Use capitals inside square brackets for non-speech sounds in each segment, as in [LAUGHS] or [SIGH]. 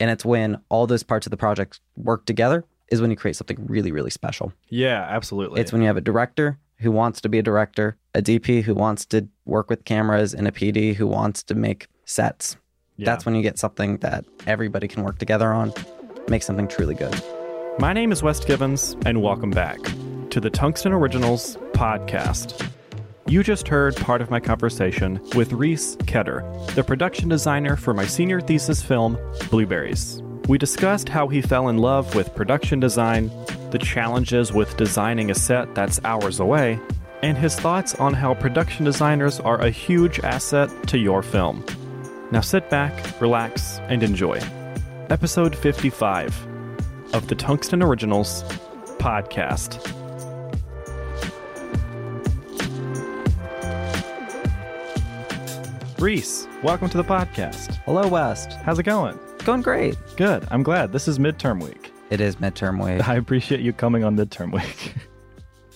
And it's when all those parts of the project work together is when you create something really, really special. Yeah, absolutely. It's when you have a director who wants to be a director, a DP who wants to work with cameras, and a PD who wants to make sets. Yeah. That's when you get something that everybody can work together on, make something truly good. My name is West Givens, and welcome back to the Tungsten Originals podcast. You just heard part of my conversation with Reese Ketter, the production designer for my senior thesis film, Blueberries. We discussed how he fell in love with production design, the challenges with designing a set that's hours away, and his thoughts on how production designers are a huge asset to your film. Now sit back, relax, and enjoy. Episode 55 of the Tungsten Originals podcast. Reese, welcome to the podcast. Hello, West. How's it going? Going great. Good. I'm glad. This is midterm week. It is midterm [LAUGHS] week. I appreciate you coming on midterm week. [LAUGHS]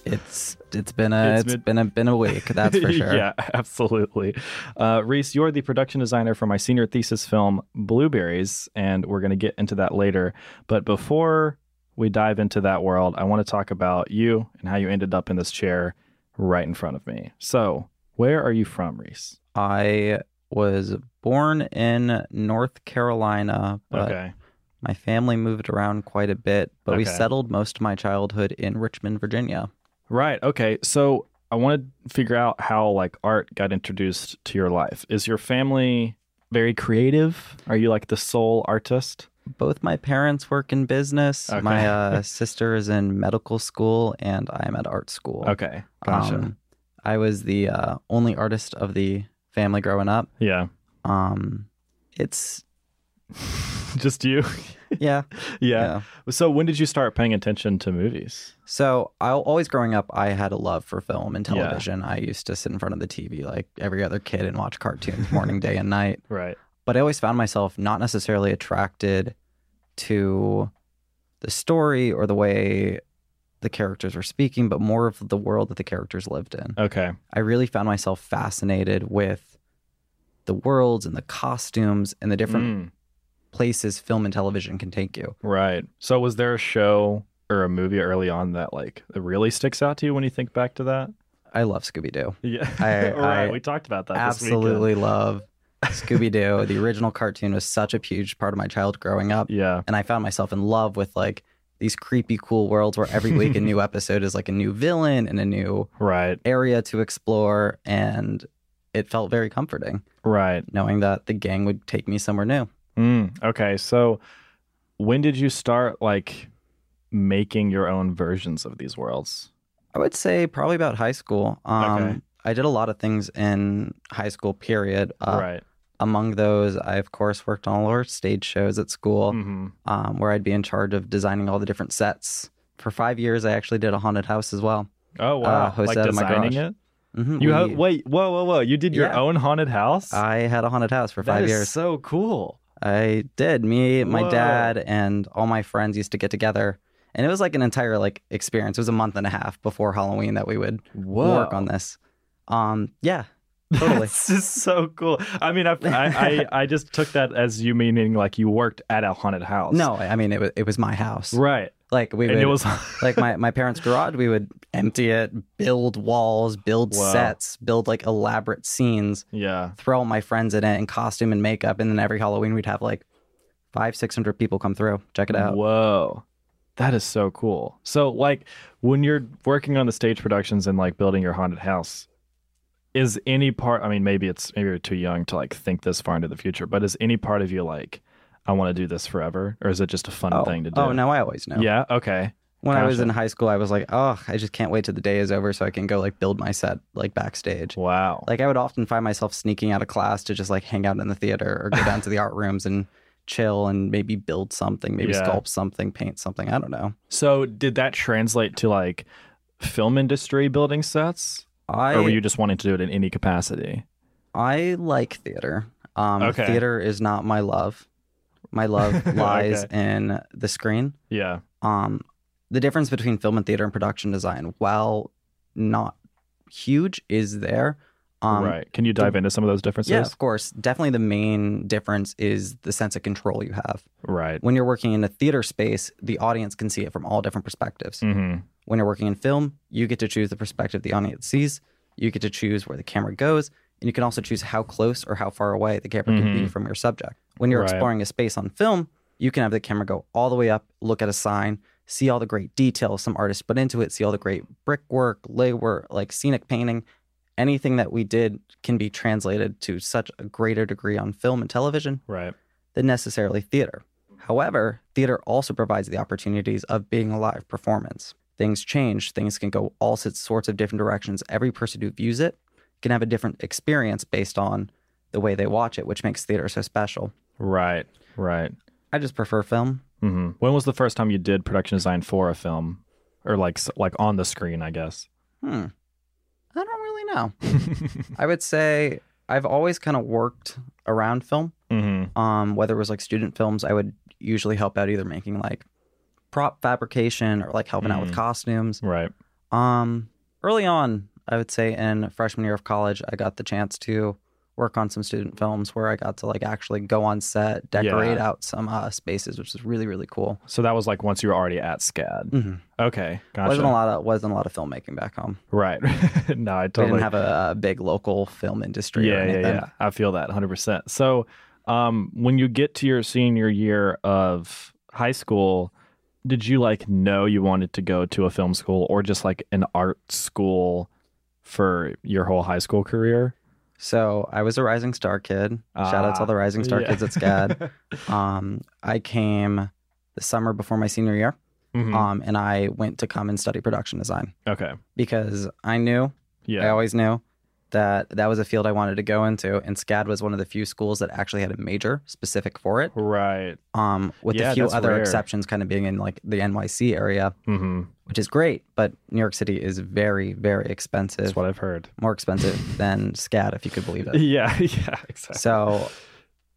It's it's been a It's it's mid- been a been a week. That's [LAUGHS] for sure. yeah, absolutely. Uh, Reese, you're the production designer for my senior thesis film, Blueberries, and we're going to get into that later. But before we dive into that world, I want to talk about you and how you ended up in this chair right in front of me. So, where are you from, Reese? I was born in North Carolina, but okay. my family moved around quite a bit. But we Okay. settled most of my childhood in Richmond, Virginia. Right. Okay. So, I want to figure out how like art got introduced to your life. Is your family very creative? Are you like the sole artist? Both my parents work in business. Okay. My [LAUGHS] uh, sister is in medical school, and I'm at art school. Okay. Gotcha. Um, I was the uh, only artist of the family growing up. yeah. Um, it's [LAUGHS] Just you. yeah, [LAUGHS] yeah. yeah. So when did you start paying attention to movies? So I always growing up, I had a love for film and Yeah. television. I used to sit in front of the TV like every other kid and watch cartoons morning, day, and night. Right. But I always found myself not necessarily attracted to the story or the way the characters were speaking, but more of the world that the characters lived in. Okay. I really found myself fascinated with the worlds and the costumes and the different Mm, places film and television can take you. right. So was there a show or a movie early on that like that really sticks out to you when you think back to that? [LAUGHS] I love Scooby Doo. Yeah. I- [LAUGHS] right. I we talked about that. this weekend. absolutely love Scooby Doo. the original cartoon was such a huge part of my child growing up, Yeah. and I found myself in love with like these creepy, cool worlds where every [LAUGHS] week a new episode is like a new villain and a new Right. area to explore, and it felt very comforting Right. knowing that the gang would take me somewhere new. Mm, okay. So when did you start like making your own versions of these worlds? I would say probably about high school. Um, Okay. I did a lot of things in high school. Period. Uh, right. Among those, I of course worked on all our stage shows at school. hmm um, where I'd be in charge of designing all the different sets. For five years, I actually did a haunted house as well. Oh wow. hosted like out of my designing garage. it? hmm You ho- wait, whoa, whoa, whoa. You did your Yeah. Uh, own haunted house? I had a haunted house for That five is years. so cool. I did. Me, my Whoa. dad, and all my friends used to get together, and it was like an entire like experience. It was a month and a half before Halloween that we would Whoa. work on this. Um, yeah, totally. This is so cool. I mean, I, I, I, I just took that as you meaning like you worked at a haunted house. no, I mean it was it was my house. Right. Like we And would, it was [LAUGHS] like my, my parents' garage, we would empty it, build walls, build Wow. sets, build like elaborate scenes. yeah. throw all my friends in it in costume and makeup, and then every Halloween we'd have like five, six hundred people come through. Check it out. Whoa. That is so cool. So like when you're working on the stage productions and like building your haunted house, is any part I mean maybe it's maybe you're too young to like think this far into the future, but is any part of you like I want to do this forever or is it just a fun Oh. thing to do? Oh no, I always know. Yeah, okay. When I was gotcha. in high school, I was like, oh, I just can't wait till the day is over so I can go like build my set like backstage. Wow. Like I would often find myself sneaking out of class to just like hang out in the theater or go down [LAUGHS] to the art rooms and chill and maybe build something, maybe Yeah. sculpt something, paint something. I don't know. So did that translate to like film industry building sets? I or were you just wanting to do it in any capacity? I like theater. Um, Okay. Theater is not my love. My love [LAUGHS] lies in the screen. Yeah. um, the difference between film and theater and production design, while not huge, is there. Um, right. Can you dive into some of those differences? Yeah, of course. Definitely the main difference is the sense of control you have. Right. When you're working in a theater space, the audience can see it from all different perspectives. hmm When you're working in film, you get to choose the perspective the audience sees, you get to choose where the camera goes, and you can also choose how close or how far away the camera can be Mhm. from your subject. When you're Right. exploring a space on film, you can have the camera go all the way up, look at a sign, see all the great detail some artists put into it, see all the great brickwork, laywork, like scenic painting. Anything that we did can be translated to such a greater degree on film and television Right. than necessarily theater. However, theater also provides the opportunities of being a live performance. Things change, things can go all s- sorts of different directions. Every person who views it can have a different experience based on the way they watch it, which makes theater so special. Right. Right. I just prefer film. hmm When was the first time you did production design for a film, or like s- like on the screen? I guess. [LAUGHS] Hmm. I don't really know. Mm-hmm. I would say I've always kind of worked around film. hmm Um, whether it was like student films, I would usually help out either making like prop fabrication or like helping out with Mhm. costumes. Right. Um, early on, I would say in freshman year of college, I got the chance to work on some student films where I got to like actually go on set, decorate Yeah. out some uh, spaces, which is really really cool. So that was like once you were already at SCAD. Mhm. Okay. Mm-hmm. Gotcha. Wasn't a lot of wasn't a lot of filmmaking back home. Right. [LAUGHS] no, I We totally. didn't have a, a big local film industry. or yeah, yeah, anything. yeah. I feel that 100%. So, um, when you get to your senior year of high school, did you like know you wanted to go to a film school or just like an art school for your whole high school career? So I was a rising star kid. Shout out to Ah, all the rising star yeah. kids at SCAD. [LAUGHS] um, I came the summer before my senior year, Mhm. um, and I went to come and study production design okay. because I knew I Yeah. always knew that that was a field I wanted to go into, and SCAD was one of the few schools that actually had a major specific for it. Right. Um, with Yeah, a few that's other rare. exceptions, kind of being in like the NYC area, hmm which is great, but New York City is very, very expensive, That's what I've heard. more expensive than SCAD, if you could believe it. Yeah. [LAUGHS] Yeah. Exactly. So.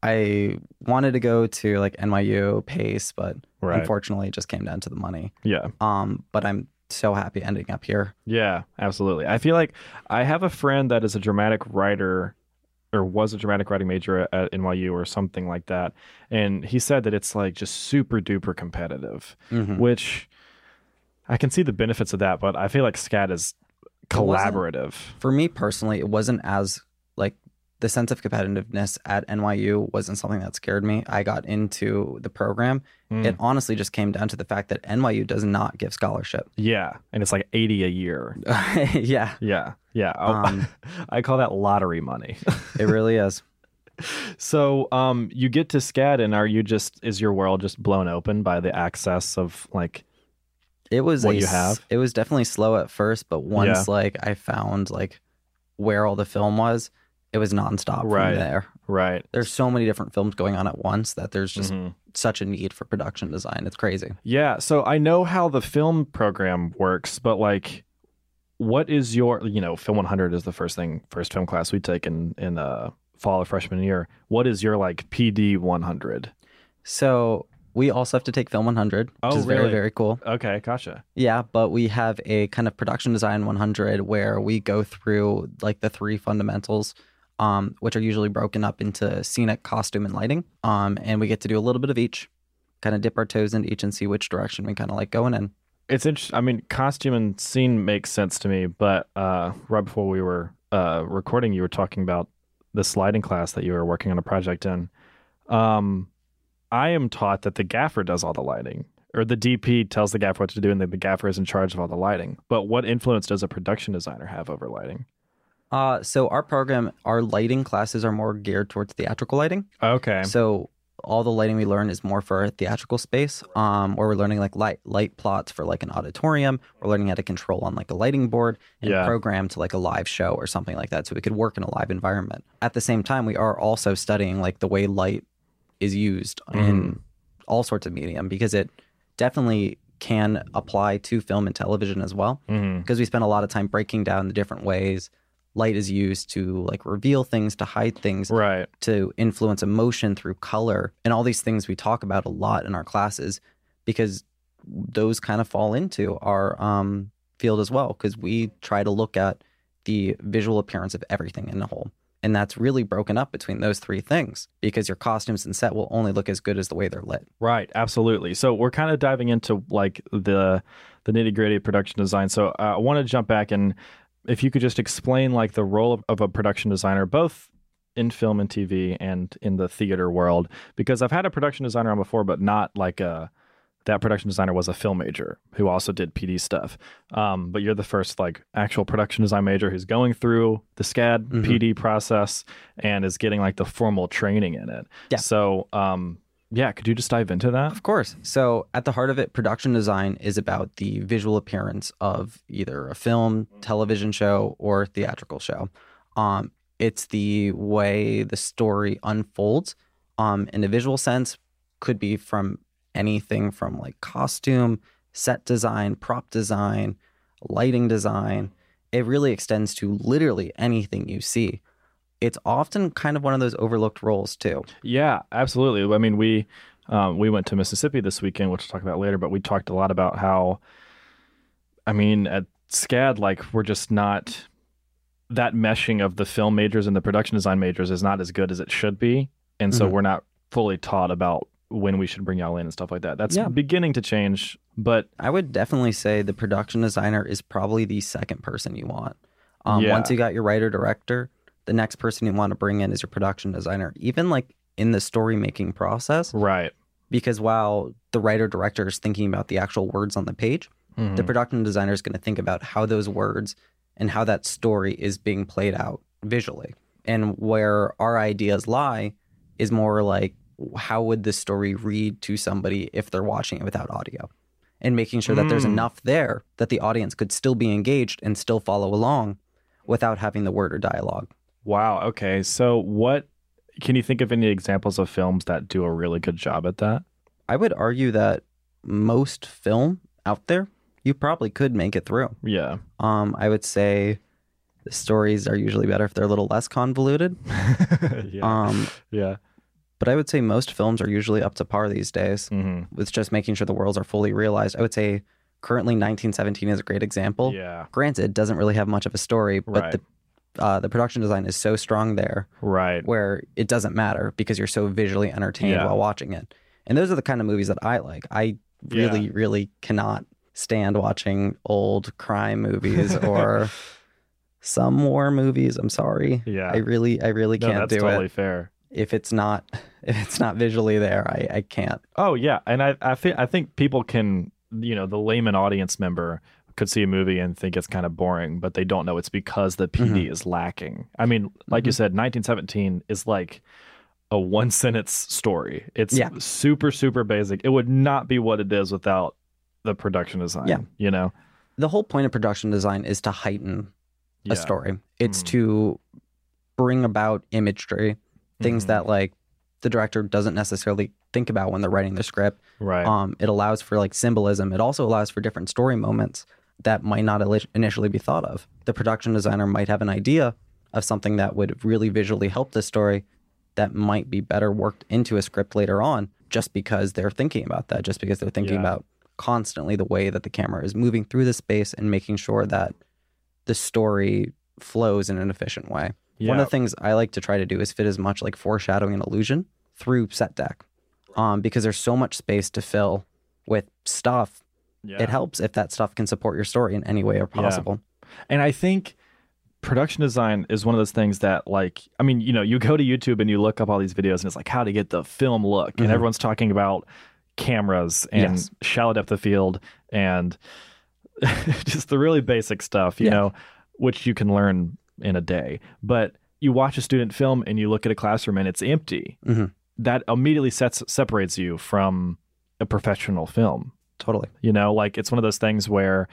I wanted to go to like NYU Pace, but right. unfortunately, it just came down to the money. Yeah. Um, but I'm so happy ending up here. Yeah, absolutely. I feel like I have a friend that is a dramatic writer or was a dramatic writing major at, at NYU or something like that. And he said that it's like just super duper competitive, Mhm. which I can see the benefits of that, but I feel like SCAD is wasn't- collaborative. for me personally, it wasn't as like the sense of competitiveness at NYU wasn't something that scared me. I got into the program. Mm. It honestly just came down to the fact that NYU does not give scholarship. [LAUGHS] yeah. And it's like 80 a year. yeah, Yeah. Yeah. Oh, Um, [LAUGHS] I call that lottery money. [LAUGHS] it really is. So, um, you get to SCAD, and are you just is your world just blown open by the access of like, It was What a you s- have? It was definitely slow at first, but once like I found like where all the film was, it was nonstop Right. from there. right? There's so many different films going on at once that there's just Mhm. such a need for production design. It's crazy. Yeah, so I know how the film program works, but like what is your, you know, film 100 is the first thing first film class we take in in uh fall of freshman year. What is your like PD 100? So we also have to take Film 100, which Oh, is really? very very cool. Okay, gotcha. Yeah, but we have a kind of production design 100 where we go through like the three fundamentals, um, which are usually broken up into scenic, costume, and lighting. Um, and we get to do a little bit of each, kind of dip our toes into each and see which direction we kind of like going in. It's interesting. I mean, costume and scene makes sense to me, but uh right before we were uh recording, you were talking about the sliding class that you were working on a project in. Um I am taught that the gaffer does all the lighting, or the DP tells the gaffer what to do, and then the gaffer is in charge of all the lighting. But what influence does a production designer have over lighting? Uh, so our program, our lighting classes are more geared towards theatrical lighting. Okay. So all the lighting we learn is more for our theatrical space, um, where we're learning like light light plots for like an auditorium. We're learning how to control on like a lighting board and Yeah. program to like a live show or something like that, so we could work in a live environment. At the same time, we are also studying like the way light is used Mm-hmm. in all sorts of medium because it definitely can apply to film and television as well hmm because we spend a lot of time breaking down the different ways light is used to like reveal things to hide things Right. to influence emotion through color and all these things we talk about a lot in our classes because those kind of fall into our um, field as well because we try to look at the visual appearance of everything in the whole. And that's really broken up between those three things because your costumes and set will only look as good as the way they're lit. Right, absolutely. So we're kind of diving into like the the nitty gritty of production design. So uh, I want to jump back and if you could just explain like the role of, of a production designer, both in film and TV and in the theater world, because I've had a production designer on before, but not like a that production designer was a film major who also did PD stuff. Um, but you're the first like actual production design major who's going through the SCAD Mhm. PD process and is getting like the formal training in it. Yeah. So um, yeah, could you just dive into that? Of course. So, at the heart of it, production design is about the visual appearance of either a film, television show, or theatrical show. Um, it's the way the story unfolds um, in a visual sense, could be from anything from like costume, set design, prop design, lighting design. It really extends to literally anything you see. It's often kind of one of those overlooked roles, too. Yeah, absolutely. I mean, we um, we went to Mississippi this weekend, which we'll talk about later. But we talked a lot about how, I mean, at SCAD, like we're just not that meshing of the film majors and the production design majors is not as good as it should be, and so Mhm. we're not fully taught about when we should bring y'all in and stuff like that. That's Yeah. beginning to change, but I would definitely say the production designer is probably the second person you want. Um, Yeah. Once you got your writer director, the next person you want to bring in is your production designer, even like in the story making process. right. Because while the writer director is thinking about the actual words on the page, the Mhm. production designer is going to think about how those words and how that story is being played out visually. And where our ideas lie is more like how would the story read to somebody if they're watching it without audio? And making sure that there's Mm. enough there that the audience could still be engaged and still follow along without having the word or dialogue. Wow. Okay. So what? Can you think of any examples of films that do a really good job at that? I would argue that most film out there, you probably could make it through. Yeah. Um, I would say the stories are usually better if they're a little less convoluted. [LAUGHS] yeah. Um, yeah. but I would say most films are usually up to par these days Mm-hmm. with just making sure the worlds are fully realized. I would say currently 1917 is a great example. Yeah. Granted, it doesn't really have much of a story, but Right. the uh, the production design is so strong there Right. where it doesn't matter because you're so visually entertained Yeah. while watching it. And those are the kind of movies that I like. I really, really cannot stand watching old crime movies [LAUGHS] or some war movies. I'm sorry. Yeah. I really, I really no, can't that's do it totally fair. if it's not [LAUGHS] if it's not visually there, I, I can't. Oh yeah, and I I think I think people can you know the layman audience member could see a movie and think it's kind of boring, but they don't know it's because the PD Mm-hmm. is lacking. I mean, like you said, 1917 is like a one sentence story. It's Yeah. super super basic. It would not be what it is without the production design. Yeah. You know. The whole point of production design is to heighten Yeah. a story. It's Mhm. to bring about imagery, things Mhm. that like the director doesn't necessarily think about when they're writing the script. Right. Um, it allows for like symbolism. It also allows for different story moments that might not ili- initially be thought of. The production designer might have an idea of something that would really visually help the story that might be better worked into a script later on just because they're thinking about that, just because they're thinking Yeah. about constantly the way that the camera is moving through the space and making sure that the story flows in an efficient way. yeah. One of the things I like to try to do is fit as much like foreshadowing and illusion through set deck, um, because there's so much space to fill with stuff. yeah. It helps if that stuff can support your story in any way or Yeah. possible. And I think production design is one of those things that, like, I mean, you know, you go to YouTube and you look up all these videos and it's like how to get the film look, and Mhm. everyone's talking about cameras and Yes. shallow depth of field and [LAUGHS] just the really basic stuff, you Yeah. know, which you can learn in a day. But you watch a student film and you look at a classroom and it's empty. Mhm. That immediately sets separates you from a professional film. Totally. You know, like it's one of those things where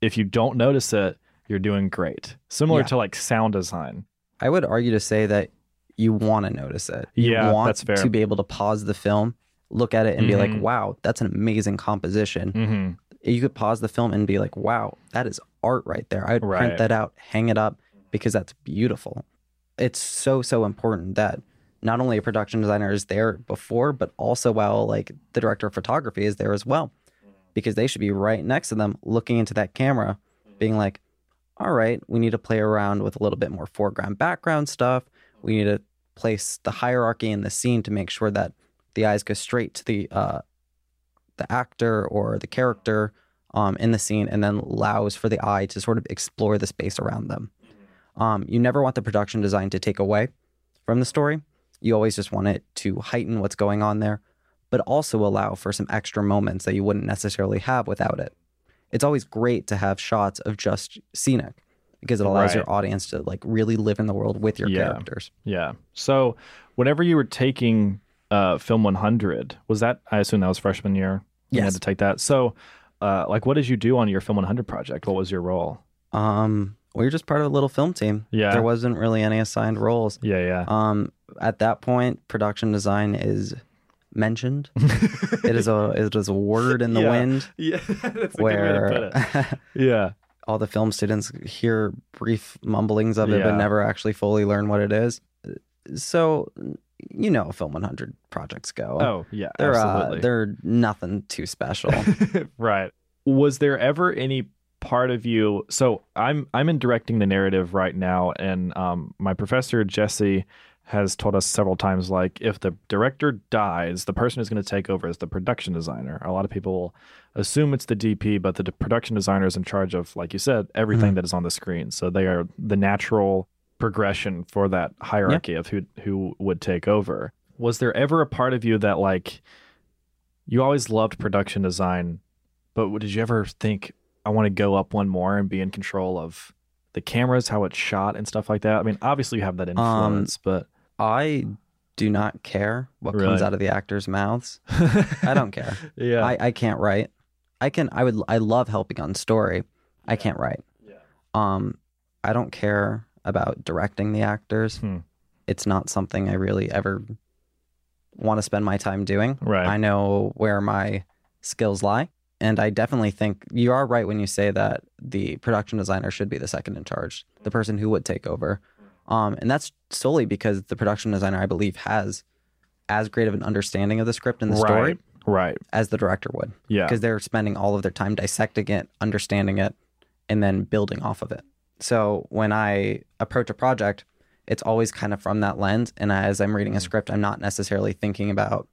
if you don't notice it, you're doing great. Similar Yeah. to like sound design. I would argue to say that you want to notice it. You Yeah, want that's fair. to be able to pause the film, look at it, and be Mhm. like, "Wow, that's an amazing composition." Mm-hmm. you could pause the film and be like, wow, that is art right there. I would Right. print that out, hang it up because that's beautiful. It's so, so important that not only a production designer is there before, but also while like the director of photography is there as well, because they should be right next to them looking into that camera, being like, all right, we need to play around with a little bit more foreground background stuff. We need to place the hierarchy in the scene to make sure that the eyes go straight to the uh, the actor or the character um, in the scene, and then allows for the eye to sort of explore the space around them. Um, you never want the production design to take away from the story. You always just want it to heighten what's going on there, but also allow for some extra moments that you wouldn't necessarily have without it. It's always great to have shots of just scenic because it allows Right. your audience to like really live in the world with your Yeah. characters. Yeah. So, whenever you were taking uh, film 100, was that? I assume that was freshman year. You had Yes. to take that. So, uh, like, what did you do on your film 100 project? What was your role? Um, we were just part of a little film team. Yeah. There wasn't really any assigned roles. Yeah, yeah. Um, at that point, production design is [LAUGHS] mentioned. it is a it is a word in the Yeah. wind yeah, that's where Yeah, [LAUGHS] all the film students hear brief mumblings of it, Yeah. but never actually fully learn what it is. So, you know, how film 100 projects go. Oh, yeah, they're absolutely. Uh, they're nothing too [LAUGHS] special. right. Was there ever any part of you? So I'm I'm in directing the narrative right now, and um, my professor Jesse has told us several times like if the director dies, the person who's going to take over is the production designer. A lot of people assume it's the DP, but the d- production designer is in charge of, like you said, everything that is on the screen. So they are the natural progression for that hierarchy of who who would take over. Was there ever a part of you that like you always loved production design, but did you ever think I want to go up one more and be in control of the cameras, how it's shot, and stuff like that? I mean, obviously you have that influence, but I do not care what comes Really? out of the actors' mouths. I don't care. [LAUGHS] Yeah. I, I can't write. I can I would I love helping on story. I can't write. Yeah. Um I don't care about directing the actors. Hmm. It's not something I really ever want to spend my time doing. right. I know where my skills lie. And I definitely think you are right when you say that the production designer should be the second in charge, the person who would take over. Um, and that's solely because the production designer, I believe, has as great of an understanding of the script and the story Right. Right. as the director would Yeah. because they're spending all of their time dissecting it, understanding it, and then building off of it. So when I approach a project, it's always kind of from that lens. And as I'm reading a script, I'm not necessarily thinking about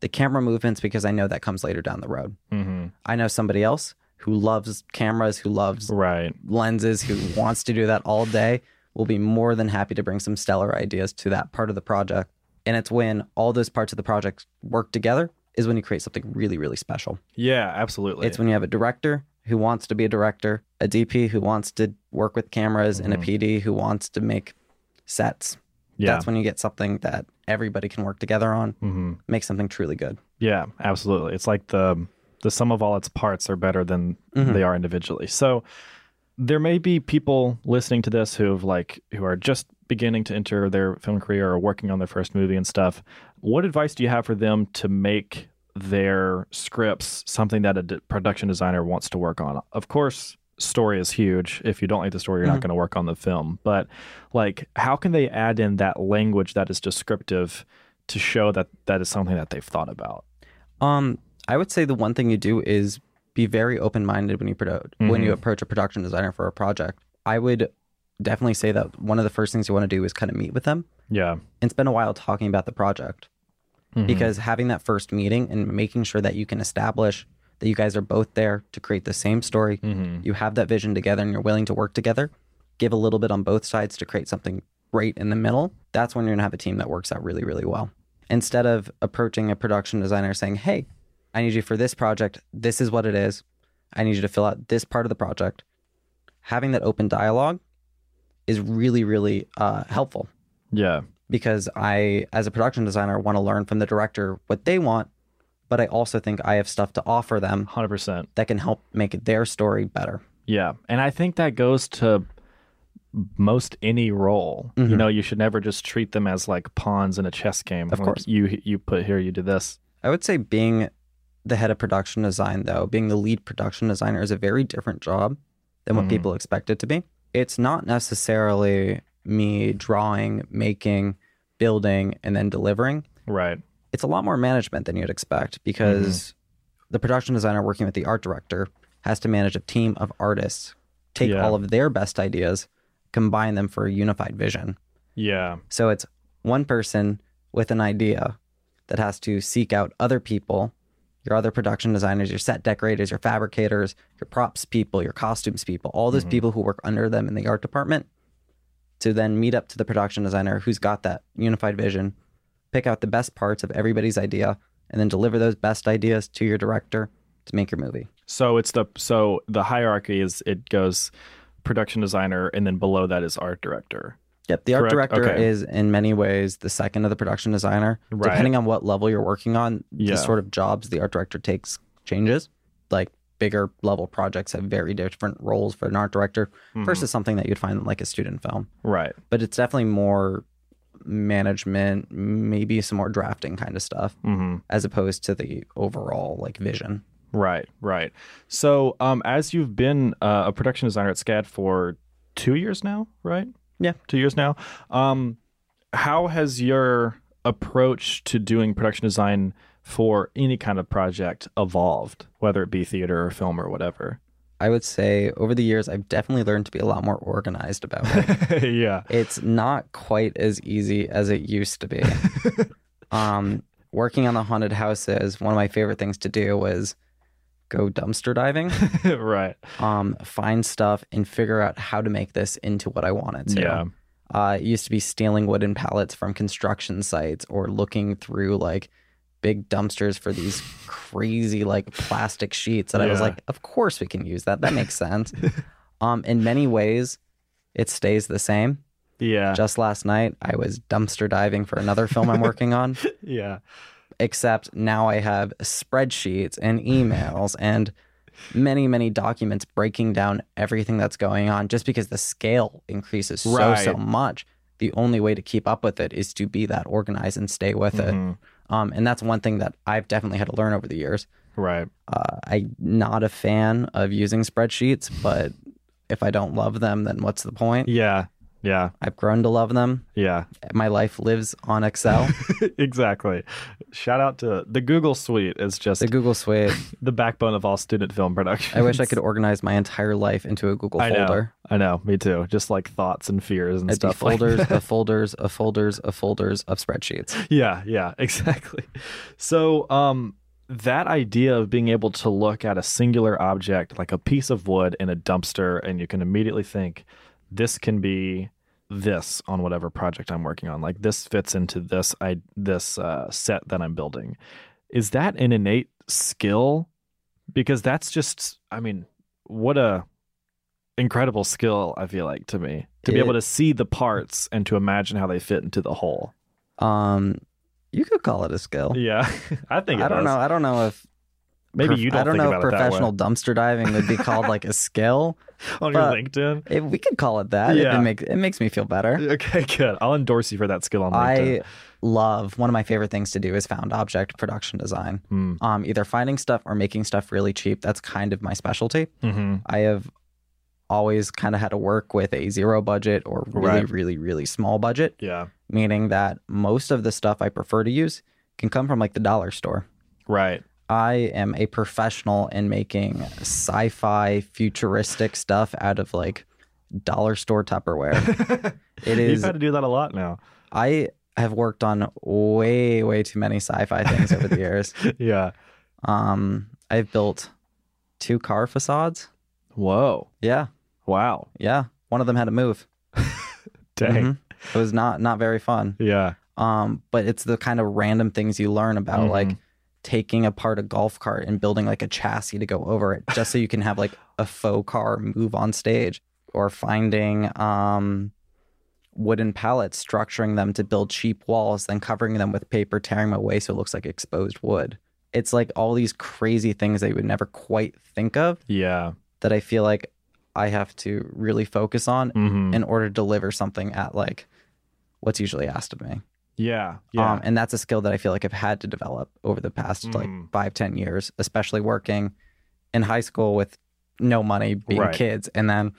the camera movements because I know that comes later down the road. hmm I know somebody else who loves cameras, who loves Right. lenses, who wants to do that all day, will be more than happy to bring some stellar ideas to that part of the project. And it's when all those parts of the project work together is when you create something really, really special. Yeah. Absolutely. It's when you have a director who wants to be a director, a DP who wants to work with cameras, and a PD who wants to make sets. yeah. That's when you get something that everybody can work together on, hmm make something truly good. Yeah. Absolutely. It's like the the sum of all its parts are better than Mhm. they are individually. So there may be people listening to this who've like who are just beginning to enter their film career or working on their first movie and stuff. What advice do you have for them to make their scripts something that a d- production designer wants to work on? Of course, story is huge. If you don't like the story, you're not going to work on the film. But like how can they add in that language that is descriptive to show that that is something that they've thought about? Um, I would say the one thing you do is be very open minded when you produ- when you approach a production designer for a project. I would definitely say that one of the first things you want to do is kind of meet with them Yeah. and spend a while talking about the project. because having that first meeting and making sure that you can establish that you guys are both there to create the same story, Mhm. you have that vision together and you're willing to work together, give a little bit on both sides to create something right in the middle, that's when you're going to have a team that works out really, really well. Instead of approaching a production designer saying, hey, I need you for this project, this is what it is, I need you to fill out this part of the project, having that open dialogue is really, really uh, helpful yeah. because I, as a production designer, want to learn from the director what they want, but I also think I have stuff to offer them 100%. that can help make their story better. Yeah, and I think that goes to most any role. You know, you should never just treat them as like pawns in a chess game. Mm-hmm. Of Like, course. you you put here, you do this. I would say being the head of production design, though, being the lead production designer is a very different job than what Mhm. people expect it to be. It's not necessarily me drawing, making, building, and then delivering. Right. it's a lot more management than you'd expect because the production designer working with the art director has to manage a team of artists take Yeah. all of their best ideas, combine them for a unified vision. Yeah. So it's one person with an idea that has to seek out other people, your other production designers, your set decorators, your fabricators, your props people, your costumes people, all those Mhm. people who work under them in the art department, to then meet up to the production designer who's got that unified vision, pick out the best parts of everybody's idea, and then deliver those best ideas to your director to make your movie. So it's the so the hierarchy is it goes production designer and then below that is art director. Yep, the art Correct? director Okay. is in many ways the second of the production designer. Right. Depending on what level you're working on, Yeah. the sort of jobs the art director takes changes. Like bigger level projects have very different roles for an art director Mhm. versus something that you'd find in like a student film. Mm-hmm. right. But it's definitely more management, maybe some more drafting kind of stuff, hmm as opposed to the overall like vision. Right. Right. So um, as you've been uh, a production designer at SCAD for two years now, right? Yeah. two years now. Um, how has your approach to doing production design for any kind of project evolved, whether it be theater or film or whatever? I would say over the years, I've definitely learned to be a lot more organized about it. [LAUGHS] yeah. it's not quite as easy as it used to be. um, working on the haunted houses, one of my favorite things to do was go dumpster [LAUGHS] diving, [LAUGHS] right. um, find stuff, and figure out how to make this into what I wanted to. Yeah. Uh, it used to be stealing wooden pallets from construction sites or looking through like big dumpsters for these crazy like plastic sheets that I was Yeah. like, of course we can use that. That makes [LAUGHS] sense. um, in many ways, it stays the same. Yeah. Just last night, I was dumpster diving for another film I'm working on, [LAUGHS] yeah. except now I have spreadsheets and emails and many, many documents breaking down everything that's going on just because the scale increases so, so Right. much. The only way to keep up with it is to be that organized and stay with it. Mhm. Um, and that's one thing that I've definitely had to learn over the years. Right. Uh, I'm not a fan of using spreadsheets, but if I don't love them, then what's the point? Yeah. Yeah. I've grown to love them. Yeah. [LAUGHS] My life lives on Excel. exactly. Shout out to the Google Suite is just The the, Google Suite. backbone of all student film production. I wish I [LAUGHS] could organize my entire life into a Google I know. folder. I know. Me too. Just like thoughts and fears and It'd be stuff like folders that. [LAUGHS] of folders of folders of folders of spreadsheets. yeah. Yeah. [LAUGHS] Exactly. So, um, that idea of being able to look at a singular object like a piece of wood in a dumpster and you can immediately think this can be this on whatever project I'm working on like this fits into this I this uh, set that I'm building is that an innate skill because that's just i mean what a incredible skill i feel like to me to be It- able to see the parts and to imagine how they fit into the whole Um, you could call it a skill. yeah [LAUGHS] i think it I don't does. know. I don't know if maybe prof- you don't I don't think know if about it that way. professional dumpster diving [LAUGHS] would be called like a skill. on but- your linkedin [LAUGHS] If we could call it that. Yeah. It, makes it makes me feel better. okay good i'll endorse you for that skill on linkedin I love one of my favorite things to do is found object production design. Hmm. Um, either finding stuff or making stuff really cheap. That's kind of my specialty. Mhm. I have always kind of had to work with a zero budget or really, Right. really, really small budget, yeah meaning that most of the stuff I prefer to use can come from like the dollar store. right [LAUGHS] I am a professional in making sci fi futuristic stuff out of like dollar store [LAUGHS] Tupperware. It you've is, had to do that a lot now [LAUGHS] [LAUGHS] I have worked on way, way too many sci fi things over [LAUGHS] the years. yeah Um, I've built two car facades. whoa Yeah. wow Yeah. One of them had to move. dang Mhm. It was not not very fun. yeah Um, but it's the kind of random things you learn about, Mhm. like taking apart a golf cart and building like a chassis to go over it, just so you can have like a faux car move on stage, or finding um, wooden pallets, structuring them to build cheap walls, then covering them with paper, tearing them away so it looks like exposed wood. It's like all these crazy things that you would never quite think of yeah that I feel like I have to really focus on Mhm. in order to deliver something at like what's usually asked of me. yeah yeah Um, and that's a skill that I feel like I've had to develop over the past Mm. like five, ten years, especially working in high school with no money, being Right. kids, and then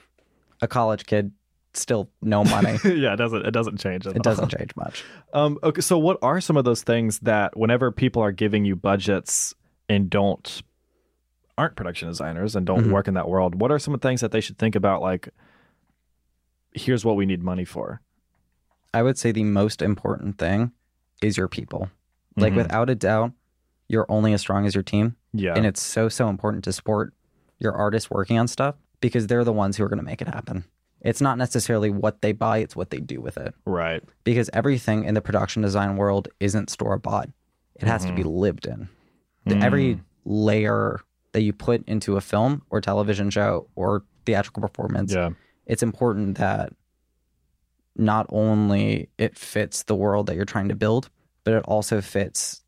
a college kid, still no [LAUGHS] money. [LAUGHS] yeah, it doesn't it doesn't change. At all. it doesn't change much. Um, okay, so what are some of those things that whenever people are giving you budgets and don't aren't production designers and don't Mhm. work in that world, what are some things that they should think about? Like, here's what we need money for. I would say the most important thing is your people. Like Mhm. without a doubt, you're only as strong as your team. yeah, And it's so, so important to support your artists working on stuff because they're the ones who are going to make it happen. It's not necessarily what they buy, it's what they do with it. right. Because everything in the production design world isn't store bought, it has to be lived in. The- Mm. Every layer that you put into a film or television show or theatrical performance, yeah, it's important that not only it fits the world that you're trying to build, but it also fits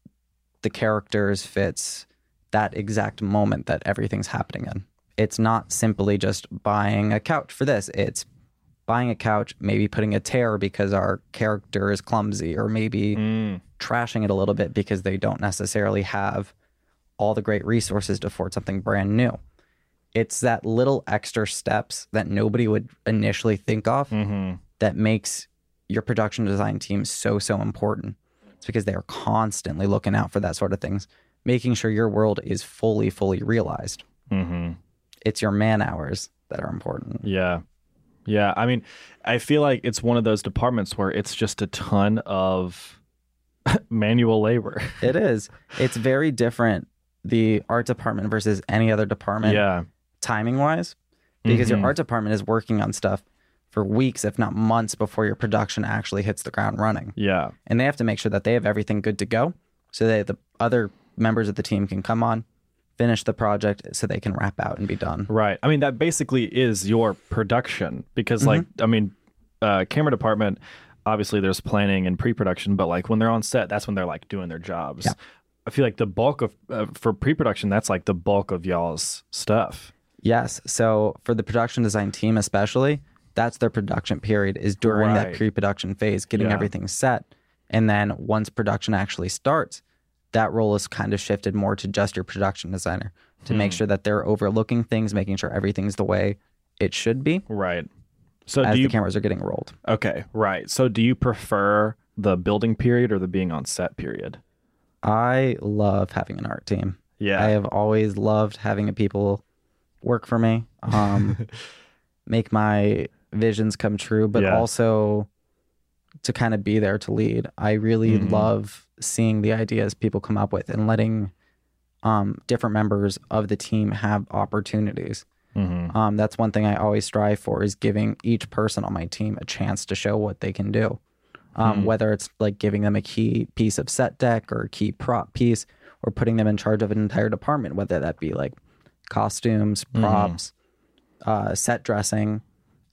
the characters, fits that exact moment that everything's happening in. It's not simply just buying a couch for this. It's buying a couch, maybe putting a tear because our character is clumsy, or maybe Mm. trashing it a little bit because they don't necessarily have all the great resources to afford something brand new. It's that little extra steps that nobody would initially think of Mhm. that makes your production design team so, so important. It's because they are constantly looking out for that sort of things, making sure your world is fully, fully realized. Mhm. It's your man hours that are important. Yeah. Yeah. I mean, I feel like it's one of those departments where it's just a ton of [LAUGHS] manual labor. It is. It's very different, the art department versus any other department. yeah. timing wise because Mhm. your art department is working on stuff for weeks if not months before your production actually hits the ground running Yeah. and they have to make sure that they have everything good to go so that the other members of the team can come on finish the project so they can wrap out and be done Right. I mean, that basically is your production because, like, Mm-hmm. I mean, uh, camera department, obviously there's planning and pre production, but like when they're on set, that's when they're like doing their jobs. Yeah. I feel like the bulk of, uh, for pre production, that's like the bulk of y'all's stuff. yes so for the production design team especially that's their production period is during that Right. pre-production phase getting Yeah. everything set and then once production actually starts that role is kind of shifted more to just your production designer to Hmm. make sure that they're overlooking things making sure everything's the way it should be Right. So as do you, the cameras are getting rolled okay. Right. So do you prefer the building period or the being on set period? i love having an art team Yeah. i have always loved having people work for me [LAUGHS] um, make my visions come true but Yeah. also to kind of be there to lead i really Mhm. love seeing the ideas people come up with and letting um, different members of the team have opportunities Mm-hmm. um, that's one thing i always strive for is giving each person on my team a chance to show what they can do um, Hmm. whether it's like giving them a key piece of set deck or a key prop piece or putting them in charge of an entire department whether that be like costumes Hmm. props uh, set dressing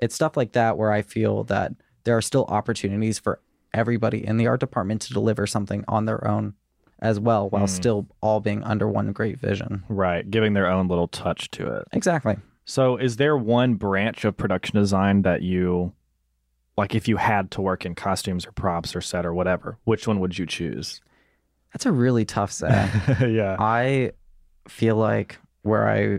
it's stuff like that where i feel that there are still opportunities for everybody in the art department to deliver something on their own as well while Hmm. still all being under one great vision Right, giving their own little touch to it. exactly So, is there one branch of production design that you like if you had to work in costumes or props or set or whatever, which one would you choose? that's a really tough set [LAUGHS] yeah. I feel like where I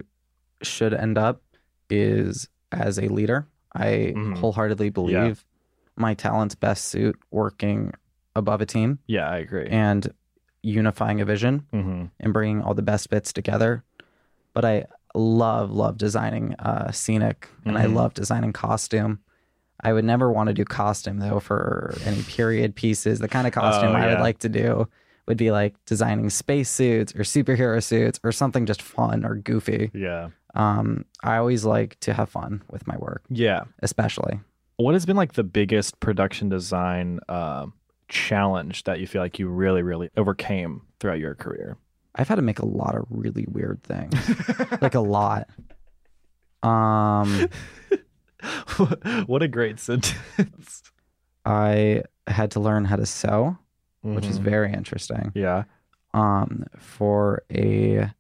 should end up is as a leader. I Mhm. wholeheartedly believe my talents best suit working above a team Yeah, I agree. and unifying a vision hmm and bringing all the best bits together. But I love, love designing uh, scenic and I Mhm. love designing costume. I would never want to do costume though for any period pieces. The kind of costume I yeah. would like to do would be like designing spacesuits or superhero suits or something just fun or goofy. Yeah. Um, I always like to have fun with my work, Yeah. especially. What has been like the biggest production design um challenge that you feel like you really, really overcame throughout your career? I've had to make a lot of really weird things, like a lot. Um, [LAUGHS] what a great sentence. I had to learn how to sew. which is Mhm. very interesting. yeah. Um, for a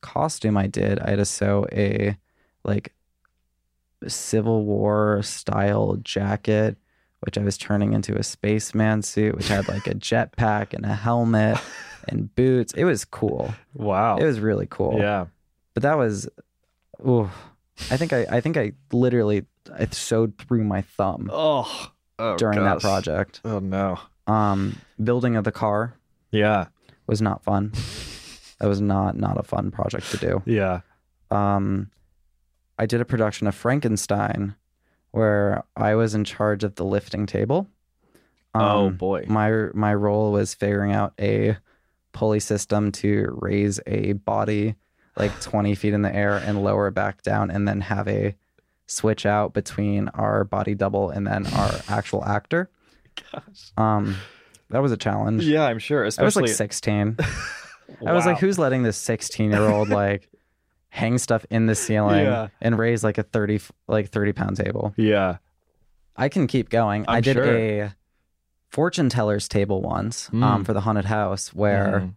costume I did, I had to sew a like Civil War style jacket, which I was turning into a spaceman suit, which had [LAUGHS] like a jetpack and a helmet and boots. It was cool. Wow. It was really cool. Oh. yeah. But that was, ooh, I think I, I think I literally I sewed through my thumb Oh, oh during that gosh. project. Oh no. Um, building of the car Yeah. [LAUGHS] was not fun. That was not not a fun project to do. Yeah. um, I did a production of Frankenstein where I was in charge of the lifting table. oh Um, boy. my my role was figuring out a pulley system to raise a body [SIGHS] like 20 feet in the air and lower it back down and then have a switch out between our body double and then our actual actor Gosh. um that was a challenge [LAUGHS] Yeah, I'm sure. i was Especially. like 16 i was like Wow. who's letting this 16 year [LAUGHS] old like hang stuff in the ceiling Yeah. and raise like a 30 like 30 pound table Yeah. I can keep going. i I'm did sure. a fortune teller's table once um, Mm. for the haunted house where Mhm.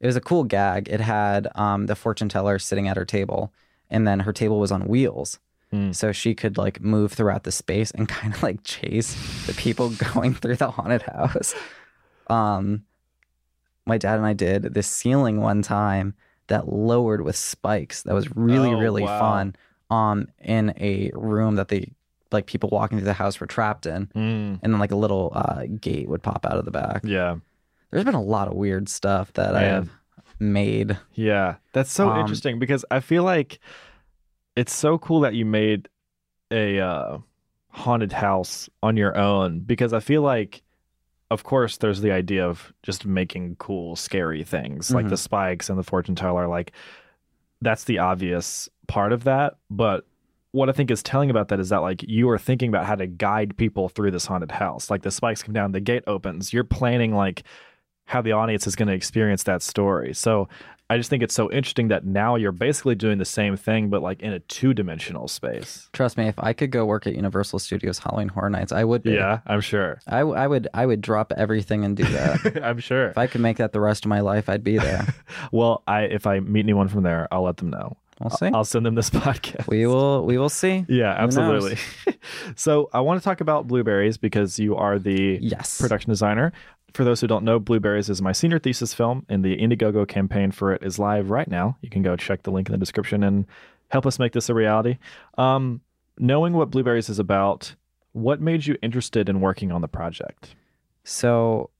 it was a cool gag. It had um, the fortune teller sitting at her table, and then her table was on wheels. Mm. So she could like move throughout the space and [LAUGHS] kind of like chase the people [LAUGHS] going through the haunted house. Um, my dad and I did this ceiling one time that lowered with spikes. That was really Oh, really wow. fun. Um, in a room that the like people walking through the house were trapped in, Mm. and then like a little uh, gate would pop out of the back. Yeah. There's been a lot of weird stuff that I Man. have made. Yeah. That's so Um, interesting because I feel like it's so cool that you made a uh, haunted house on your own because I feel like, of course, there's the idea of just making cool, scary things like the spikes and the fortune teller. Like, that's the obvious part of that. But what I think is telling about that is that, like, you are thinking about how to guide people through this haunted house. Like, the spikes come down, the gate opens, you're planning, like, how the audience is going to experience that story. So, I just think it's so interesting that now you're basically doing the same thing, but like in a two dimensional space. Trust me, if I could go work at Universal Studios Halloween Horror Nights, I would. Be. Yeah, I'm sure. I, w- I would. I would drop everything and do that. [LAUGHS] I'm sure. if I could make that the rest of my life, I'd be there. Well, I if I meet anyone from there, I'll let them know. [LAUGHS] We'll see. I'll send them this podcast. we will. We will see. Yeah, Who knows? absolutely. [LAUGHS] so I want to talk about blueberries because you are the Yes. production designer. For those who don't know, Blueberries is my senior thesis film, and the Indiegogo campaign for it is live right now. You can go check the link in the description and help us make this a reality. Um, knowing what Blueberries is about, what made you interested in working on the project? So,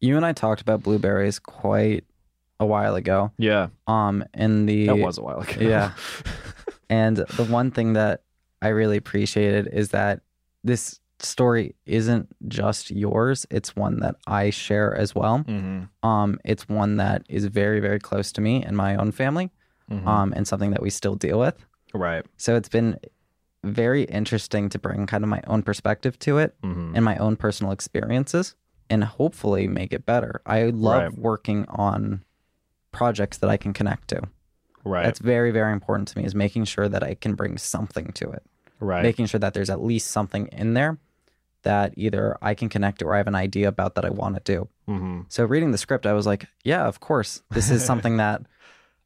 you and I talked about blueberries quite a while ago. Yeah, Um, in the that was a while [LAUGHS] ago. [LAUGHS] Yeah. And the one thing that I really appreciated is that this story isn't just yours; it's one that I share as well. hmm Um, it's one that is very, very close to me and my own family, Mm-hmm. um, and something that we still deal with. right. So it's been very interesting to bring kind of my own perspective to it hmm and my own personal experiences and hopefully make it better. I love Right. working on projects that I can connect to. Right. That's very, very important to me is making sure that I can bring something to it, right. making sure that there's at least something in there that either I can connect to or I have an idea about that I want to do. hmm So reading the script, I was like, yeah, of course. This [LAUGHS] is something that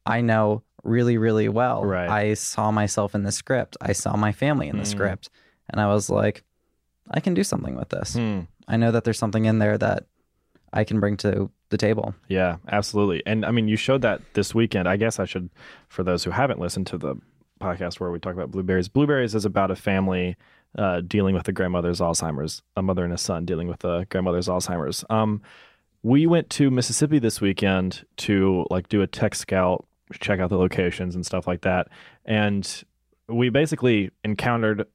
I know really, really well. Right. I saw myself in the script. I saw my family in the Mm. script. And I was like, I can do something with this. Hmm. I know that there's something in there that I can bring to the table. [LAUGHS] Yeah, absolutely. And I mean, you showed that this weekend. I guess I should, for those who haven't listened to the podcast where we talk about blueberries, blueberries is about a family uh, dealing with a grandmother's Alzheimer's, a mother and a son dealing with a grandmother's Alzheimer's. Um, we went to Mississippi this weekend to like do a tech scout, check out the locations and stuff like that. And we basically encountered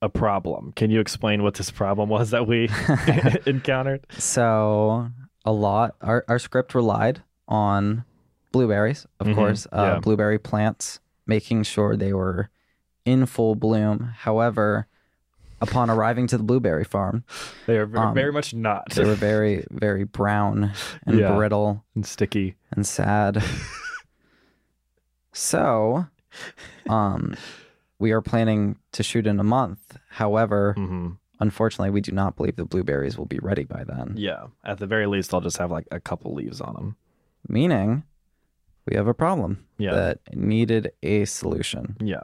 a problem. Can you explain what this problem was that we [LAUGHS] encountered? So a lot, our, our script relied on blueberries, of Mhm. course, uh, Yeah. blueberry plants, making sure they were in full bloom. However, upon arriving to the blueberry farm, They are very, Um, very much not. they were very, very brown and Yeah. brittle and [LAUGHS] sticky. and [LAUGHS] sad. so, um, we are planning to shoot in a month. However, hmm unfortunately, we do not believe the blueberries will be ready by then. Yeah. At the very least, I'll just have like a couple leaves on them. meaning we have a problem Yeah. that needed a solution. Yeah.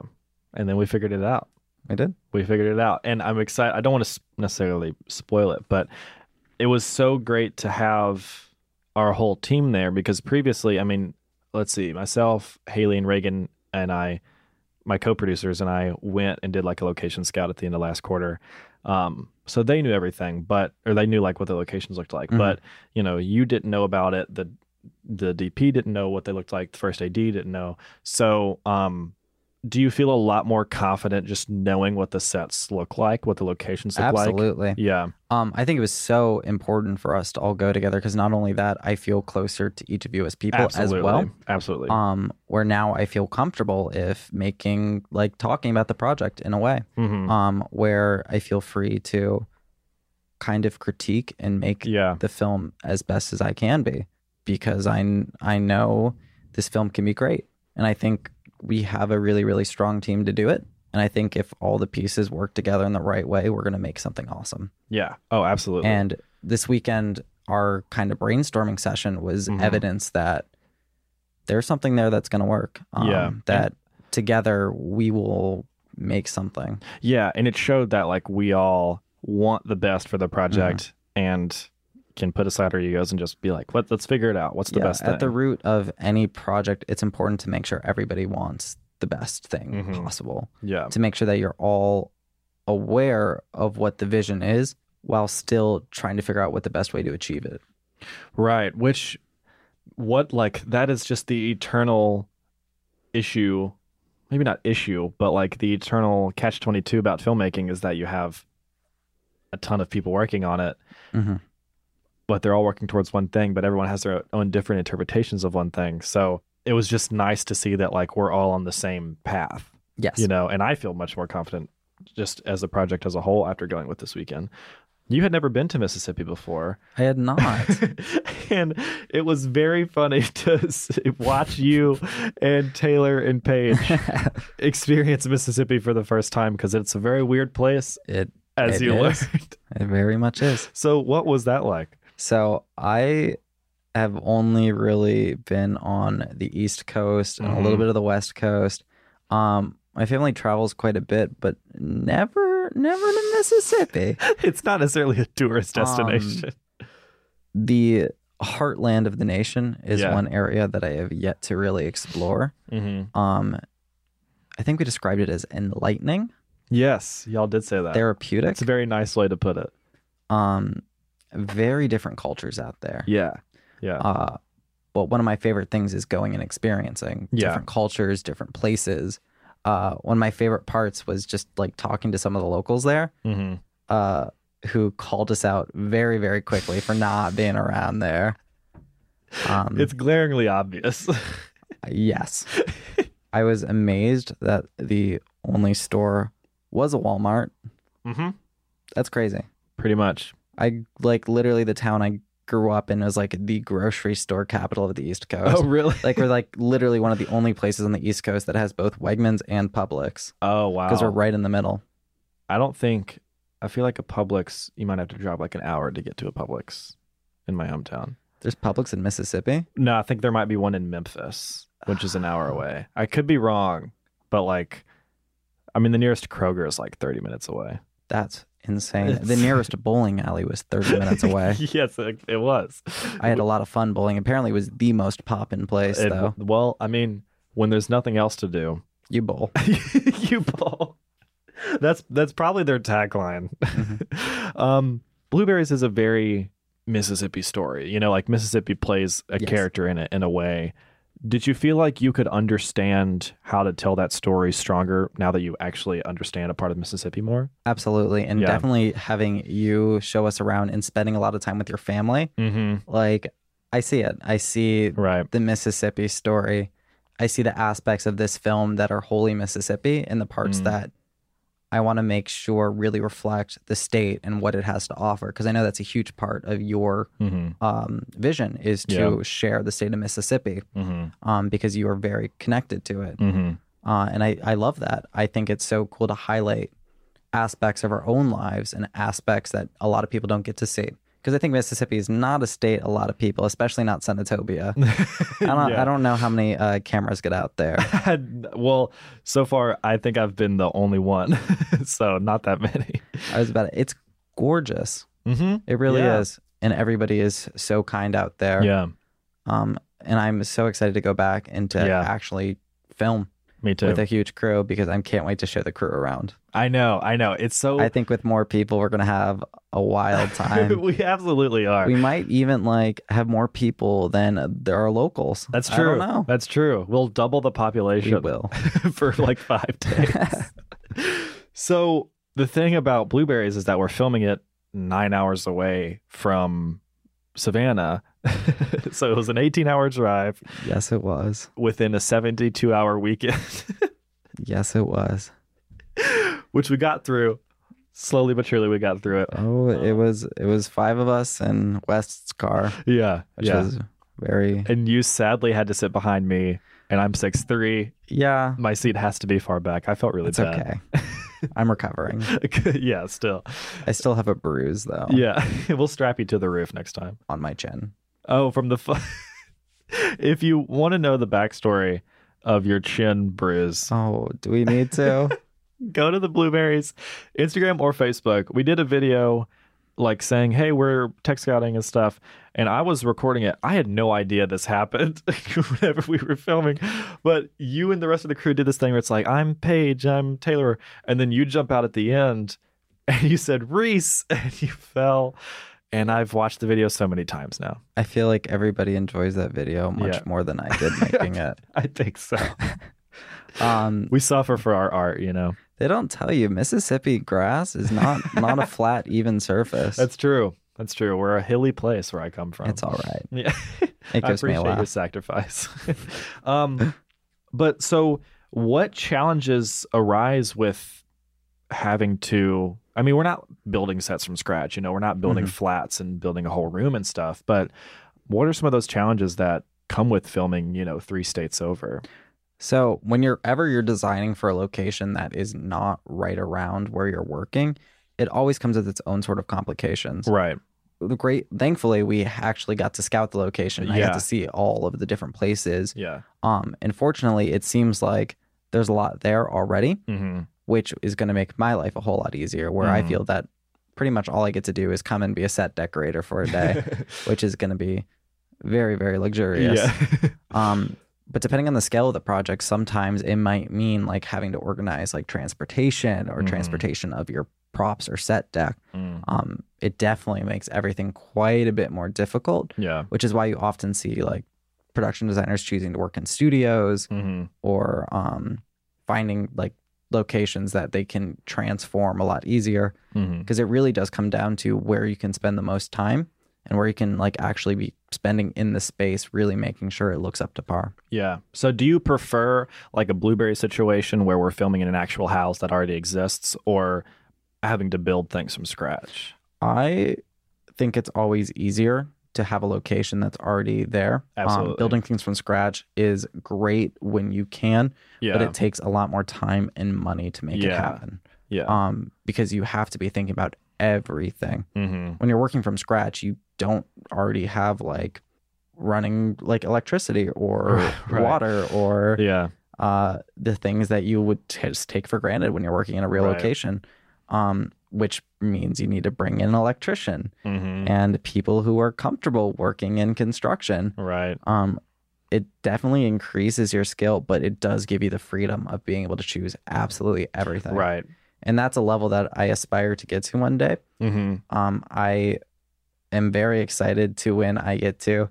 And then we figured it out. We did. We figured it out. And I'm excited. I don't want to necessarily spoil it, but it was so great to have our whole team there because previously, I mean, let's see, myself, Haley, and Reagan, and I, my co producers, and I went and did like a location scout at the end of last quarter. Um, so they knew everything, but, or they knew like what the locations looked like, Mhm. but, you know, you didn't know about it. The the DP didn't know what they looked like. The first AD didn't know. So, um, do you feel a lot more confident just knowing what the sets look like, what the locations look like? Absolutely. Yeah. Um, I think it was so important for us to all go together because not only that, I feel closer to each of you as people Absolutely. as well. Absolutely. Um, where now I feel comfortable if making like talking about the project in a way. Mhm. Um, where I feel free to kind of critique and make Yeah. the film as best as I can be because I kn- I know this film can be great and I think we have a really really strong team to do it and I think if all the pieces work together in the right way we're going to make something awesome. Yeah. Oh, absolutely. And this weekend our kind of brainstorming session was Mhm. evidence that there's something there that's going to work. um, Yeah. that together we will make something. Yeah, and it showed that like we all want the best for the project Mm-hmm. and can put aside our egos and just be like, "What? Let's figure it out. What's the Yeah, best at the thing?" root of any project it's important to make sure everybody wants the best thing Mhm. possible yeah, to make sure that you're all aware of what the vision is while still trying to figure out what the best way to achieve it right. Which, what like that is just the eternal issue, maybe not issue, but like the eternal catch twenty two about filmmaking is that you have a ton of people working on it, Mhm. but they're all working towards one thing, but everyone has their own different interpretations of one thing. So it was just nice to see that like we're all on the same path. yes you know and i feel much more confident just as the project as a whole after going with this weekend you had never been to mississippi before i had not [LAUGHS] [LAUGHS] and it was very funny [LAUGHS] to s- watch you and taylor and [LAUGHS] paige experience mississippi for the first time because it's a very weird place it as It you is. learned [LAUGHS] it very much is so what was that like [LAUGHS] so i have only really been on the east coast and a little Mhm. bit of the west coast um my family travels quite a bit but never never to mississippi it's not necessarily a tourist Um, destination the heartland of the nation is Yeah. one area that I have yet to really explore. [LAUGHS] mm-hmm. Um, I think we described it as enlightening, yes y'all did say that therapeutic. that's a very nice way to put it um, very different cultures out there. yeah Um, yeah Uh, but one of my favorite things is going and experiencing Yeah. different cultures, different places. Uh, one of my favorite parts was just like talking to some of the locals there mm-hmm. uh, who called us out very, very quickly for not being around there. Um, it's glaringly obvious [LAUGHS] Yes. I was amazed that the only store was a Walmart. mm-hmm. That's crazy. pretty much I like literally the town I grew up in was like the grocery store capital of the East Coast. [LAUGHS] Oh, really? Like we're like literally one of the only places on the East Coast that has both Wegmans and Publix oh, [LAUGHS] wow. because we're right in the middle. I don't think, I feel like a Publix, you might have to drive like an hour to get to a Publix in my hometown. There's Publix in Mississippi. No, I think there might be one in Memphis, which is an [SIGHS] hour away. I could be wrong, but like, I mean, the nearest Kroger is like 30 minutes away. That's insane. The It's- nearest bowling alley was 30 minutes [LAUGHS] away. yes, it, it was. I had a lot of fun bowling. Apparently, it was the most poppin' place It- though. well, I mean, when there's nothing else to do, You bowl. [LAUGHS] you bowl. That's that's probably their tagline. [LAUGHS] um, Blueberries is a very Mississippi story. You know, like Mississippi plays a Yes. character in it in a way. Did you feel like you could understand how to tell that story stronger now that you actually understand a part of Mississippi more? Absolutely. And Yeah. definitely having you show us around and spending a lot of time with your family. Mm-hmm. Like, I see it. I see Right. the Mississippi story. I see the aspects of this film that are wholly Mississippi and the parts Mm. that I want to make sure really reflect the state and what it has to offer. Because I know that's a huge part of your Mm-hmm. um, vision is to Yeah. share the state of Mississippi Mm-hmm. um, because you are very connected to it. Mm-hmm. Uh, and I, I love that. I think it's so cool to highlight aspects of our own lives and aspects that a lot of people don't get to see. Because I think Mississippi is not a state a lot of people, especially not [LAUGHS] Senatobia. I don't, I don't know how many uh, cameras get out there. well, so far I think I've been the only one, [LAUGHS] so not that many. I was about it. It's gorgeous. Mm-hmm. It really Yeah. is. And everybody is so kind out there. Yeah. Um, and I'm so excited to go back and to Yeah. actually film Me too. with a huge crew because I can't wait to show the crew around. I know. I know. It's so. I think with more people, we're going to have a [LAUGHS] wild time. we absolutely are. we might even like have more people than there are locals. That's I true. don't know. That's true. We'll double the We population will. [LAUGHS] for [LAUGHS] like five days. so the thing about blueberries is that we're filming it nine hours away from Savannah. [LAUGHS] so it was an 18 hour drive Yes, it was. within a 72 hour weekend, [LAUGHS] Yes, it was. which we got through. Slowly but surely, we got through it. Oh, it was. It was five of us in West's car, Yeah. which yeah. was very. and you sadly had to sit behind me, and I'm 6'3. Yeah, My seat has to be far back. I felt really it's bad. okay. [LAUGHS] I'm recovering. yeah, still. I still have a bruise though [LAUGHS] Yeah, [LAUGHS] we'll strap you to the roof next time. on my chin. Oh, from the. Fu- [LAUGHS] if you want to know the backstory of your chin bruise, Oh, do we need to? [LAUGHS] go to the blueberries, Instagram or Facebook. We did a video like saying, "Hey, we're tech scouting and stuff," and I was recording it. I had no idea this happened [LAUGHS] whenever we were filming, but you and the rest of the crew did this thing where it's like, "I'm Paige, I'm Taylor," and then you jump out at the end, [LAUGHS] and you said Reese, [LAUGHS] and you fell. And I've watched the video so many times now. [LAUGHS] I feel like everybody enjoys that video much Yeah. more than I [LAUGHS] did making it. I think so. Um, we suffer for our art, you know. they don't tell you Mississippi grass is not [LAUGHS] not a flat, even surface. That's true. That's true. We're a hilly place where I come from. it's all right. [LAUGHS] Yeah. It I gives me a appreciate laugh. your sacrifice. [LAUGHS] um, but so, what challenges arise with having to? I mean, we're not building sets from scratch. You know, we're not building Mhm. flats and building a whole room and stuff. But what are some of those challenges that come with filming? You know, three states over. So when you're ever you're designing for a location that is not right around where you're working, it always comes with its own sort of complications. Right. The great thankfully we actually got to scout the location. I Yeah. got to see all of the different places. Yeah. Um unfortunately it seems like there's a lot there already, Mm-hmm. which is gonna make my life a whole lot easier where I Mhm. feel that pretty much all I get to do is come and be a set decorator for a [LAUGHS] day, which is gonna be very, very luxurious. Yeah. Um, but depending on the scale of the project, sometimes it might mean like having to organize like transportation or Mhm. transportation of your props or set deck. [LAUGHS] Mm. Um, it definitely makes everything quite a bit more difficult, Yeah. which is why you often see like production designers choosing to work in studios Mm-hmm. or um, finding like locations that they can transform a lot easier Mm-hmm. because it really does come down to where you can spend the most time and where you can like actually be spending in the space really making sure it looks up to par Yeah. So do you prefer like a blueberry situation where we're filming in an actual house that already exists or having to build things from scratch? I think it's always easier to have a location that's already there. Um, Absolutely. building things from scratch is great when you can, Yeah. but it takes a lot more time and money to make it Yeah. happen. yeah. Um, because you have to be thinking about everything. mm-hmm. When you're working from scratch, you don't already have like running like electricity or [LAUGHS] Right. water or Yeah. uh, the things that you would t- just take for granted when you're working in a real Right. location, um, which means you need to bring in an electrician Mm-hmm. and people who are comfortable working in construction. Right. Um, it definitely increases your skill, but it does give you the freedom of being able to choose absolutely everything. Right. And that's a level that I aspire to get to one day. Mm-hmm. Um, I am very excited to when I get to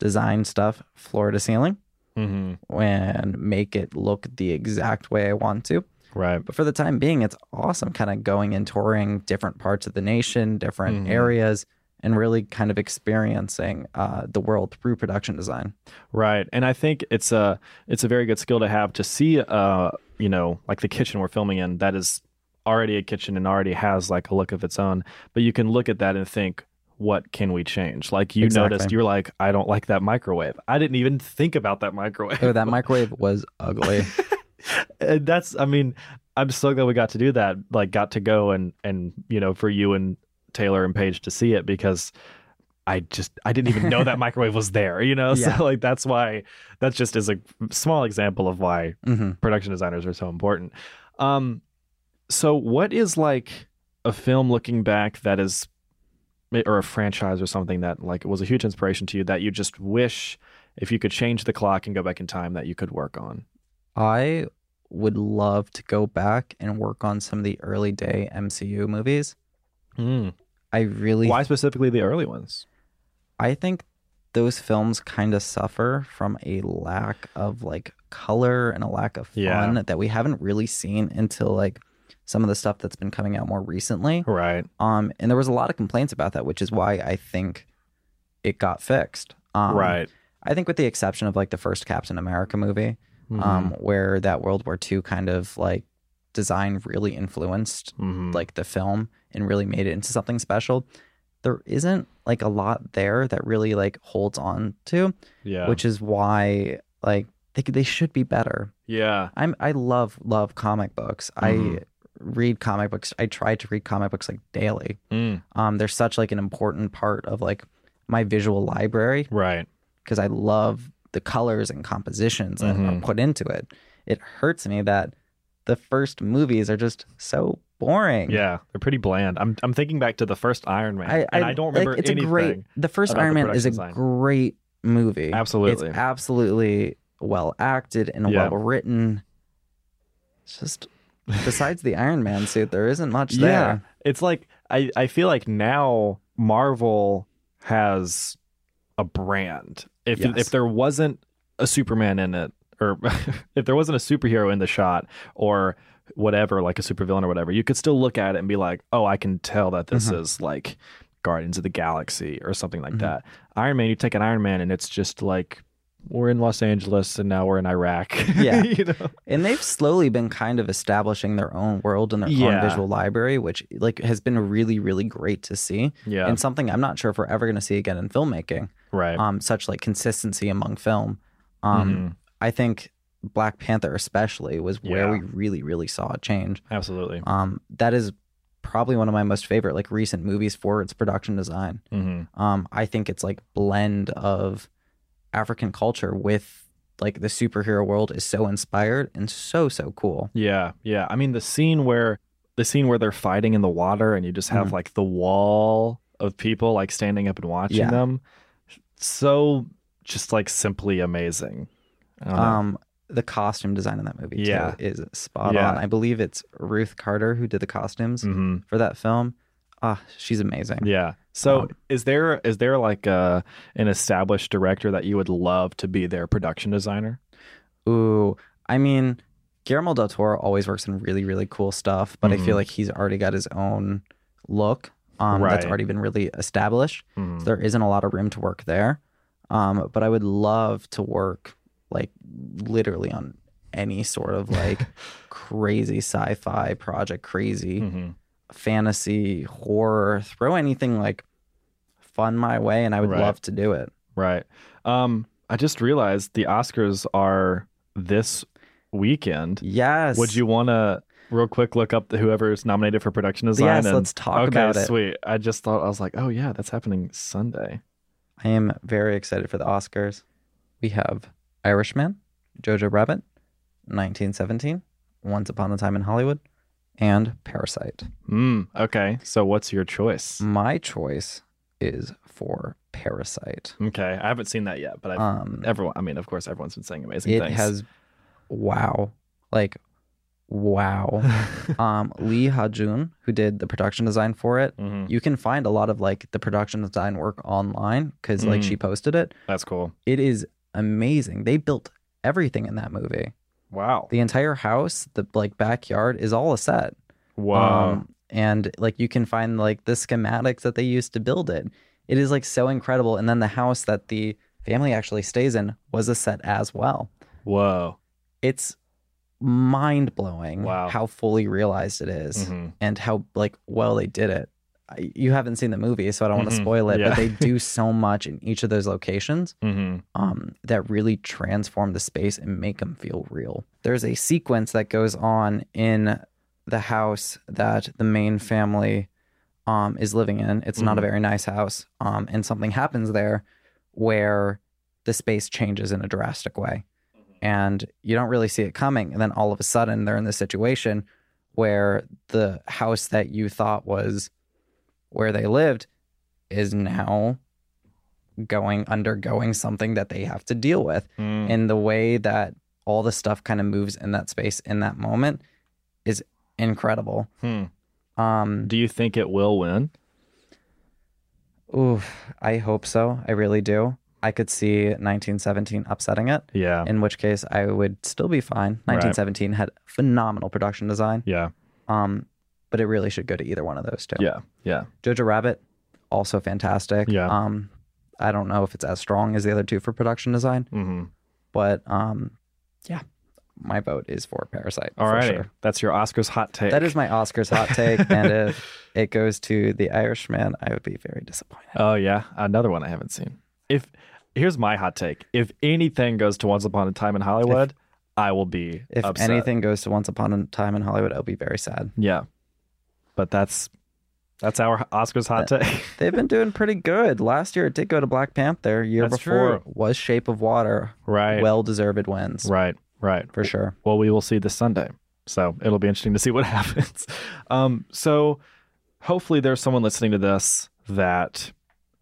design stuff floor to ceiling Mm-hmm. and make it look the exact way I want to. Right. But for the time being, it's awesome kind of going and touring different parts of the nation, different Mhm. areas, and really kind of experiencing uh, the world through production design. Right. And I think it's a it's a very good skill to have to see uh, you know, like the kitchen we're filming in that is already a kitchen and already has like a look of its own, but you can look at that and think what can we change? Like you Exactly. noticed you're like I don't like that microwave. I didn't even think about that microwave. [LAUGHS] Oh, that microwave was ugly. And that's I mean, I'm so glad we got to do that. Like got to go and and you know, for you and Taylor and Paige to see it because I just I didn't even know that microwave was there, you know? [LAUGHS] Yeah. So like that's why that just is a small example of why hmm production designers are so important. Um, so what is like a film looking back that is, eh, or a franchise or something that like was a huge inspiration to you that you just wish if you could change the clock and go back in time that you could work on? I would love to go back and work on some of the early day MCU movies. Mm. I really Why specifically the early ones? I think those films kind of suffer from a lack of like color and a lack of fun Yeah. that we haven't really seen until like some of the stuff that's been coming out more recently. Right. Um, and there was a lot of complaints about that, which is why I think it got fixed. Um, right. I think with the exception of like the first Captain America movie, Mm-hmm. um, where that World War II kind of like design really influenced Mhm. like the film and really made it into something special. There isn't like a lot there that really like holds on to, yeah. which is why like they they should be better. yeah. I'm I love love comic books. I Mhm. read comic books. I try to read comic books like daily. Mm. Um, they're such like an important part of like my visual library Right. because I love the colors and compositions that are Mhm. put into it. It hurts me that the first movies are just so boring. Yeah. They're pretty bland. I'm I'm thinking back to the first Iron Man, I, and I don't like, remember it's anything. a great. The first about Iron the Man is a production design. great movie. Absolutely. it's absolutely well acted and Yeah. well written. It's just besides the Iron Man suit, there isn't much Yeah. there. it's like I, I feel like now Marvel has a brand. If Yes. if there wasn't a Superman in it, or [LAUGHS] if there wasn't a superhero in the shot, or whatever, like a supervillain or whatever, you could still look at it and be like, oh, I can tell that this Mhm. is like Guardians of the Galaxy or something like Mhm. that. Iron Man, you take an Iron Man and it's just like we're in Los Angeles and now we're in Iraq. Yeah. [LAUGHS] you know? And they've slowly been kind of establishing their own world and their Yeah. own visual library, which like has been really, really great to see. Yeah. and something I'm not sure if we're ever going to see again in filmmaking. right. Um, such like consistency among film. Um, Mhm. I think Black Panther especially was where Yeah. we really, really saw a change. Absolutely. Um, that is probably one of my most favorite like recent movies for its production design. hmm Um, I think it's like blend of African culture with like the superhero world is so inspired and so so cool. Yeah, yeah. I mean the scene where the scene where they're fighting in the water and you just have Mhm. like the wall of people like standing up and watching Yeah. them. So just like simply amazing. I don't know. Um, the costume design in that movie Yeah. too is spot Yeah. on. I believe it's Ruth Carter who did the costumes. Mhm. for that film. Ah, she's amazing. Yeah. So Um, is there is there like a an established director that you would love to be their production designer? Ooh, I mean, Guillermo del Toro always works in really, really cool stuff, but I feel Mhm. like he's already got his own look um, that's Right. already been really established. Mhm. So there isn't a lot of room to work there. Um, but I would love to work like literally on any sort of [LAUGHS] like crazy sci-fi project, crazy Mhm. fantasy, horror, throw anything like fun my way, and I would Right. love to do it. Right. Um I just realized the Oscars are this weekend. Yes. Would you want to real quick look up the, whoever's nominated for production design? Yes, and- let's talk okay, about it. sweet. I just thought I was like, oh yeah, that's happening Sunday. I am very excited for the Oscars. We have Irishman, Jojo Rabbit, 1917, Once Upon a Time in Hollywood, and Parasite. Hmm. Okay. So what's your choice? My choice is for Parasite. Okay, I haven't seen that yet, but I've, Mm. Um, everyone. I mean, of course, everyone's been saying amazing it things. [LAUGHS] has wow, like [LAUGHS] wow. um, Lee Ha-jun, who did the production design for it. Mhm. You can find a lot of like the production design work online because like Mm. she posted it. That's cool. It is amazing. They built everything in that movie. Wow. the entire house, the like backyard is all a set. Wow. Um, and like you can find like the schematics that they used to build it. It is like so incredible. And then the house that the family actually stays in was a set as well. Whoa. It's mind blowing Wow. how fully realized it is Mhm. and how like well they did it. I, you haven't seen the movie, so I don't want to Mhm. spoil it, Yeah. but they do so much in each of those locations Mhm. um, that really transform the space and make them feel real. There's a sequence that goes on in the house that the main family um, is living in. It's not a Mhm. very nice house, um, and something happens there where the space changes in a drastic way, and you don't really see it coming. And then all of a sudden, they're in this situation where the house that you thought was where they lived is now going undergoing something that they have to deal with Mm. and the way that all the stuff kind of moves in that space in that moment is incredible. Hmm. Um, Do you think it will win? oof, I hope so. I really do. I could see 1917 upsetting it, Yeah. in which case I would still be fine. Right. 1917 had phenomenal production design, Yeah. um, but it really should go to either one of those two. Yeah. Yeah. Jojo Rabbit, also fantastic. Yeah. Um, I don't know if it's as strong as the other two for production design, Mm-hmm. but um, yeah, my vote is for Parasite. All for right. sure. That's your Oscars hot take. That is my Oscars hot take, [LAUGHS] and if it goes to The Irishman, I would be very disappointed. Oh yeah, another one I haven't seen. If here's my hot take: if anything goes to Once Upon a Time in Hollywood, I will be If upset. anything goes to Once Upon a Time in Hollywood, I'll be very sad. Yeah, but that's that's our Oscars hot take. [LAUGHS] They've been doing pretty good. Last year, it did go to Black Panther. Year That's before true. was Shape of Water. right. Well deserved wins right. Right. for sure. Well, we will see this Sunday. So it'll be interesting to see what [LAUGHS] happens. Um, so hopefully there's someone listening to this that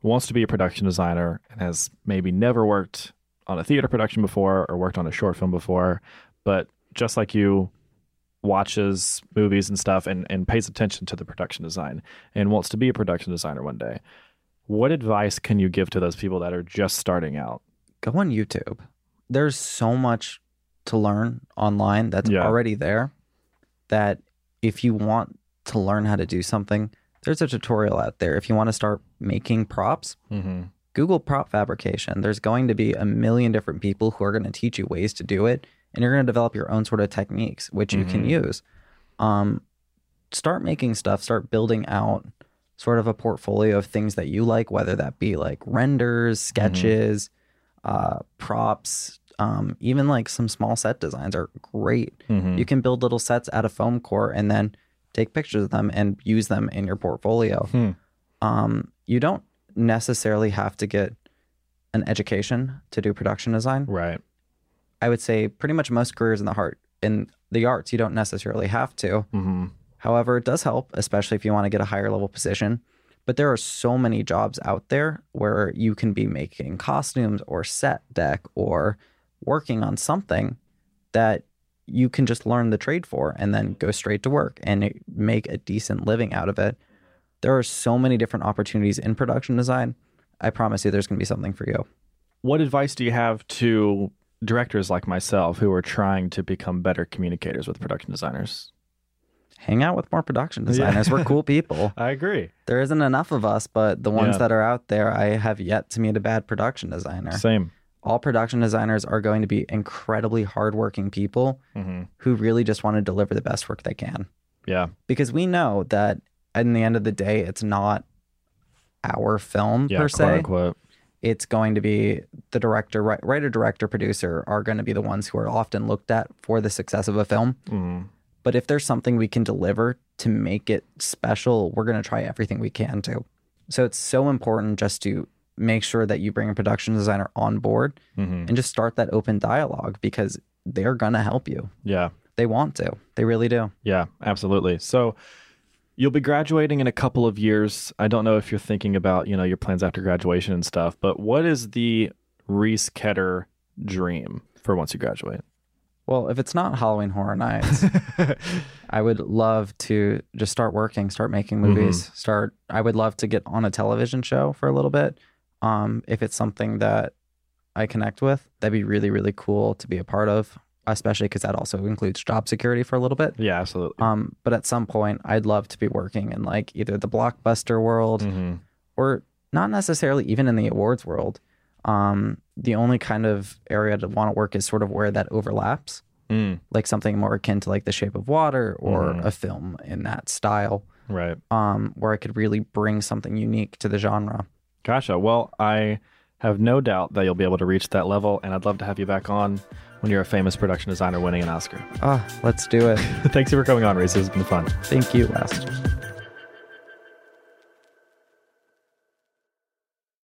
wants to be a production designer and has maybe never worked on a theater production before or worked on a short film before, but just like you watches movies and stuff and, and pays attention to the production design and wants to be a production designer one day. What advice can you give to those people that are just starting out? go on YouTube. There's so much to learn online that's Yeah. already there that if you want to learn how to do something, there's a tutorial out there. If you want to start making props, Mm-hmm. Google prop fabrication. There's going to be a million different people who are going to teach you ways to do it, and you're going to develop your own sort of techniques which you can Mhm. use. Um, start making stuff. Start building out sort of a portfolio of things that you like, whether that be like renders, sketches, uh, props, um, even like some small set designs are great. Mm-hmm. You can build little sets out of foam core and then take pictures of them and use them in your portfolio. Hmm. Um, you don't necessarily have to get an education to do production design. Right. I would say pretty much most careers in the heart in the arts, you don't necessarily have to. Mm-hmm. However, it does help, especially if you want to get a higher level position. But there are so many jobs out there where you can be making costumes or set deck or working on something that you can just learn the trade for and then go straight to work and make a decent living out of it. There are so many different opportunities in production design. I promise you, there's going to be something for you. what advice do you have to directors like myself who are trying to become better communicators with production designers? Hang out with more production Yeah. designers. We're [LAUGHS] cool people. I agree. There isn't enough of us, but the ones Yeah. that are out there, I have yet to meet a bad production designer. Same. all production designers are going to be incredibly hardworking people Mm-hmm. who really just want to deliver the best work they can. Yeah. Because we know that in the end of the day, it's not our film Yeah. per Quote se. unquote. It's going to be the director, wri- writer, director, producer are going to be the ones who are often looked at for the success of a film. hmm But if there's something we can deliver to make it special, we're going to try everything we can to. So it's so important just to make sure that you bring a production designer on board hmm and just start that open dialogue because they're gonna help you. Yeah. They want to. They really do. Yeah. Absolutely. So you'll be graduating in a couple of years. I don't know if you're thinking about you know your plans after graduation and stuff, but what is the Reese Ketter dream for once you [LAUGHS] graduate? Well, if it's not Halloween Horror Nights, [LAUGHS] I would love to just start working, start making movies, start I would love to get on a television show for a little bit. Um, if it's something that I connect with, that'd be really, really cool to be a part of, especially because that also includes job security for a little bit. yeah. Absolutely. Um, but at some point, I'd love to be working in like either the blockbuster world hmm or not necessarily even in the awards world. Um, the only kind of area to want to work is sort of where that overlaps, Mm. like something more akin to like The Shape of Water or Mhm. a film in that style, Right. um, where I could really bring something unique to the genre. Gotcha. Well, I have no doubt that you'll be able to reach that level, and I'd love to have you back on when you're a famous production designer winning an Oscar. [LAUGHS] Ah, let's do it. Thanks for coming on, Reese. It's been fun. Thank you, West.